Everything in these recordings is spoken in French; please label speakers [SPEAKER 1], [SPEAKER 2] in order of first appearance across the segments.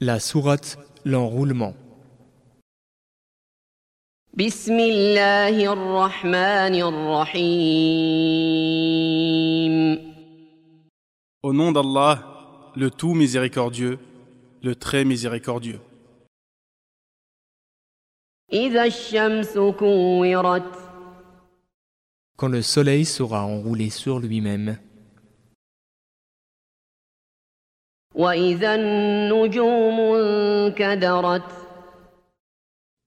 [SPEAKER 1] La sourate L'enroulement.
[SPEAKER 2] بسم الله الرحمن الرحيم
[SPEAKER 3] Au nom d'Allah, le tout miséricordieux, le très miséricordieux.
[SPEAKER 2] إذا الشمس كورت
[SPEAKER 1] Quand le soleil sera enroulé sur lui-même
[SPEAKER 2] وإذا النجوم انكدرت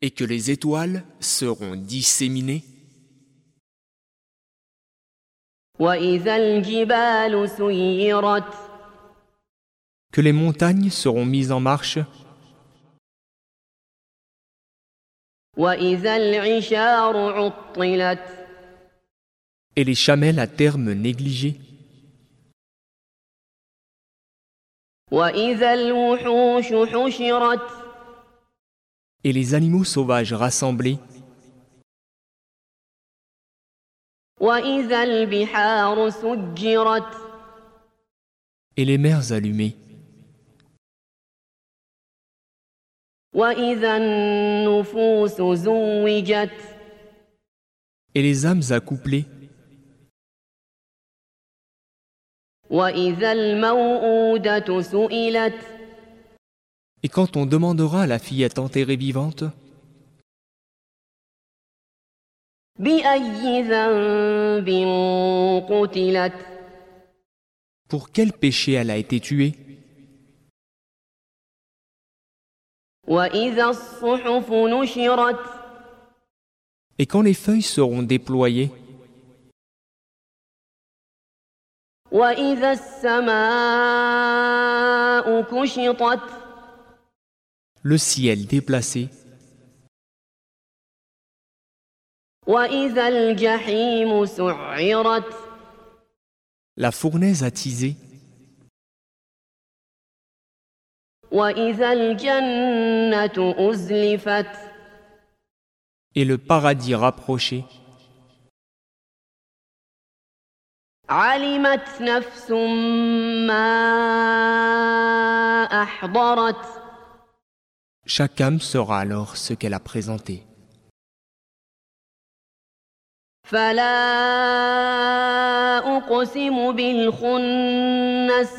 [SPEAKER 1] et que les étoiles seront disséminées
[SPEAKER 2] وإذا الجبال سيرت
[SPEAKER 1] que les montagnes seront mises en marche
[SPEAKER 2] وإذا العشار عطلت
[SPEAKER 1] et les chamelles à terme négligées
[SPEAKER 2] وإذا الوحوش حشرت
[SPEAKER 1] et les animaux sauvages rassemblés
[SPEAKER 2] وإذا البحار سجرت
[SPEAKER 1] et les mers allumées
[SPEAKER 2] وإذا النفوس زوجت
[SPEAKER 1] et les âmes accouplées
[SPEAKER 2] وإذا الموءودة سئلت
[SPEAKER 1] et quand on demandera à la fillette enterrée vivante
[SPEAKER 2] بأي ذنب قتلت
[SPEAKER 1] pour quel péché elle a été tuée
[SPEAKER 2] وإذا الصحف نشرت
[SPEAKER 1] et quand les feuilles seront déployées
[SPEAKER 2] وإذا السماء كشطت
[SPEAKER 1] le ciel déplacé
[SPEAKER 2] وإذا الجحيم سعرت
[SPEAKER 1] la fournaise attisée
[SPEAKER 2] وإذا الجنة أزلفت
[SPEAKER 1] et le paradis rapproché
[SPEAKER 2] علمت نفس ما أحضرت
[SPEAKER 1] Chaque âme saura alors ce qu'elle a présenté.
[SPEAKER 2] فلا أقسم بالخنس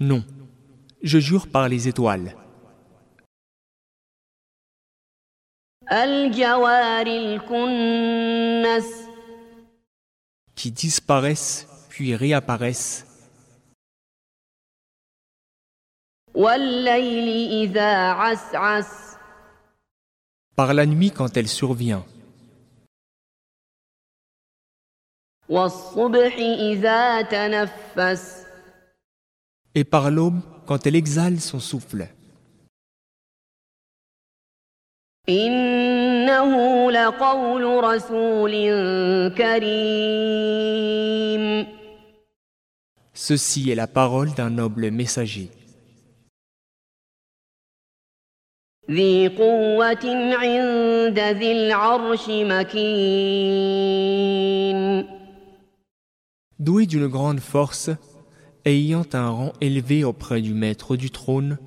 [SPEAKER 1] Non, je jure par les étoiles,
[SPEAKER 2] الجوار الكنس
[SPEAKER 1] qui disparaissent puis réapparaissent,
[SPEAKER 2] والليل إذا عسعس
[SPEAKER 1] par la nuit quand elle survient,
[SPEAKER 2] والصبح إذا تنفس
[SPEAKER 1] et par l'aube quand elle exhale son souffle.
[SPEAKER 2] إنه لقول رسول كريم
[SPEAKER 1] Ceci est la parole d'un noble messager,
[SPEAKER 2] ذي قوة عند ذي العرش مكين
[SPEAKER 1] doué d'une grande force, ayant un rang élevé auprès du maître du trône,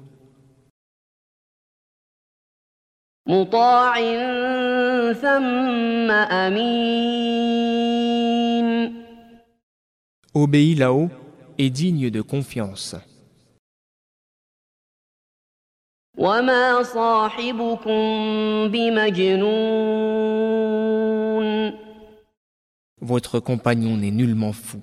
[SPEAKER 2] مطاع ثم أمين
[SPEAKER 1] obéi là-haut et digne de confiance.
[SPEAKER 2] وما صاحبكم بمجنون
[SPEAKER 1] Votre compagnon n'est nullement fou.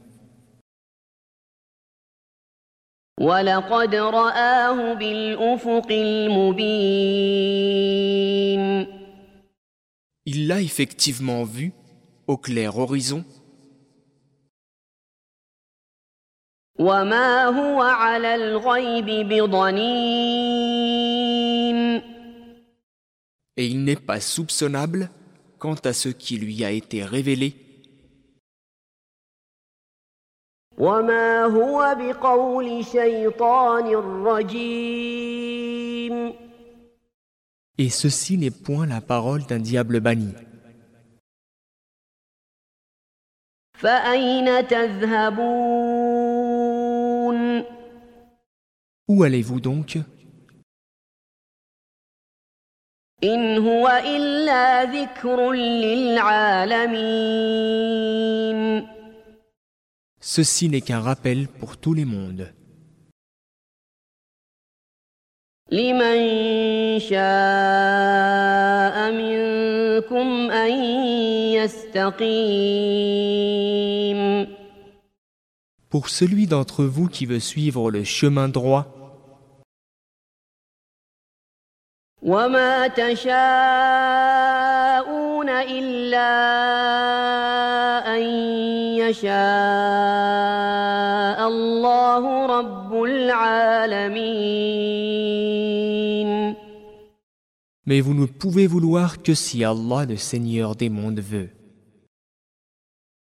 [SPEAKER 2] ولقد رآه بالأفق المبين
[SPEAKER 1] Il l'a effectivement vu, au clair horizon,
[SPEAKER 2] وما هو على الغيب بضنين
[SPEAKER 1] et il n'est pas soupçonnable quant à ce qui lui a été révélé,
[SPEAKER 2] وما هو بقول شيطان رجيم
[SPEAKER 1] et ceci n'est point la parole d'un diable banni.
[SPEAKER 2] فأين تذهبون
[SPEAKER 1] Où allez-vous donc
[SPEAKER 2] إن هو إلا ذكر للعالمين
[SPEAKER 1] Ceci n'est qu'un rappel pour tous les mondes.
[SPEAKER 2] لمن شاء منكم أن يستقيم
[SPEAKER 1] Pour celui d'entre vous qui veut suivre le chemin droit,
[SPEAKER 2] وما تشاءون إلا أن يشاء الله رب العالمين
[SPEAKER 1] mais vous ne pouvez vouloir que si Allah le Seigneur des mondes veut.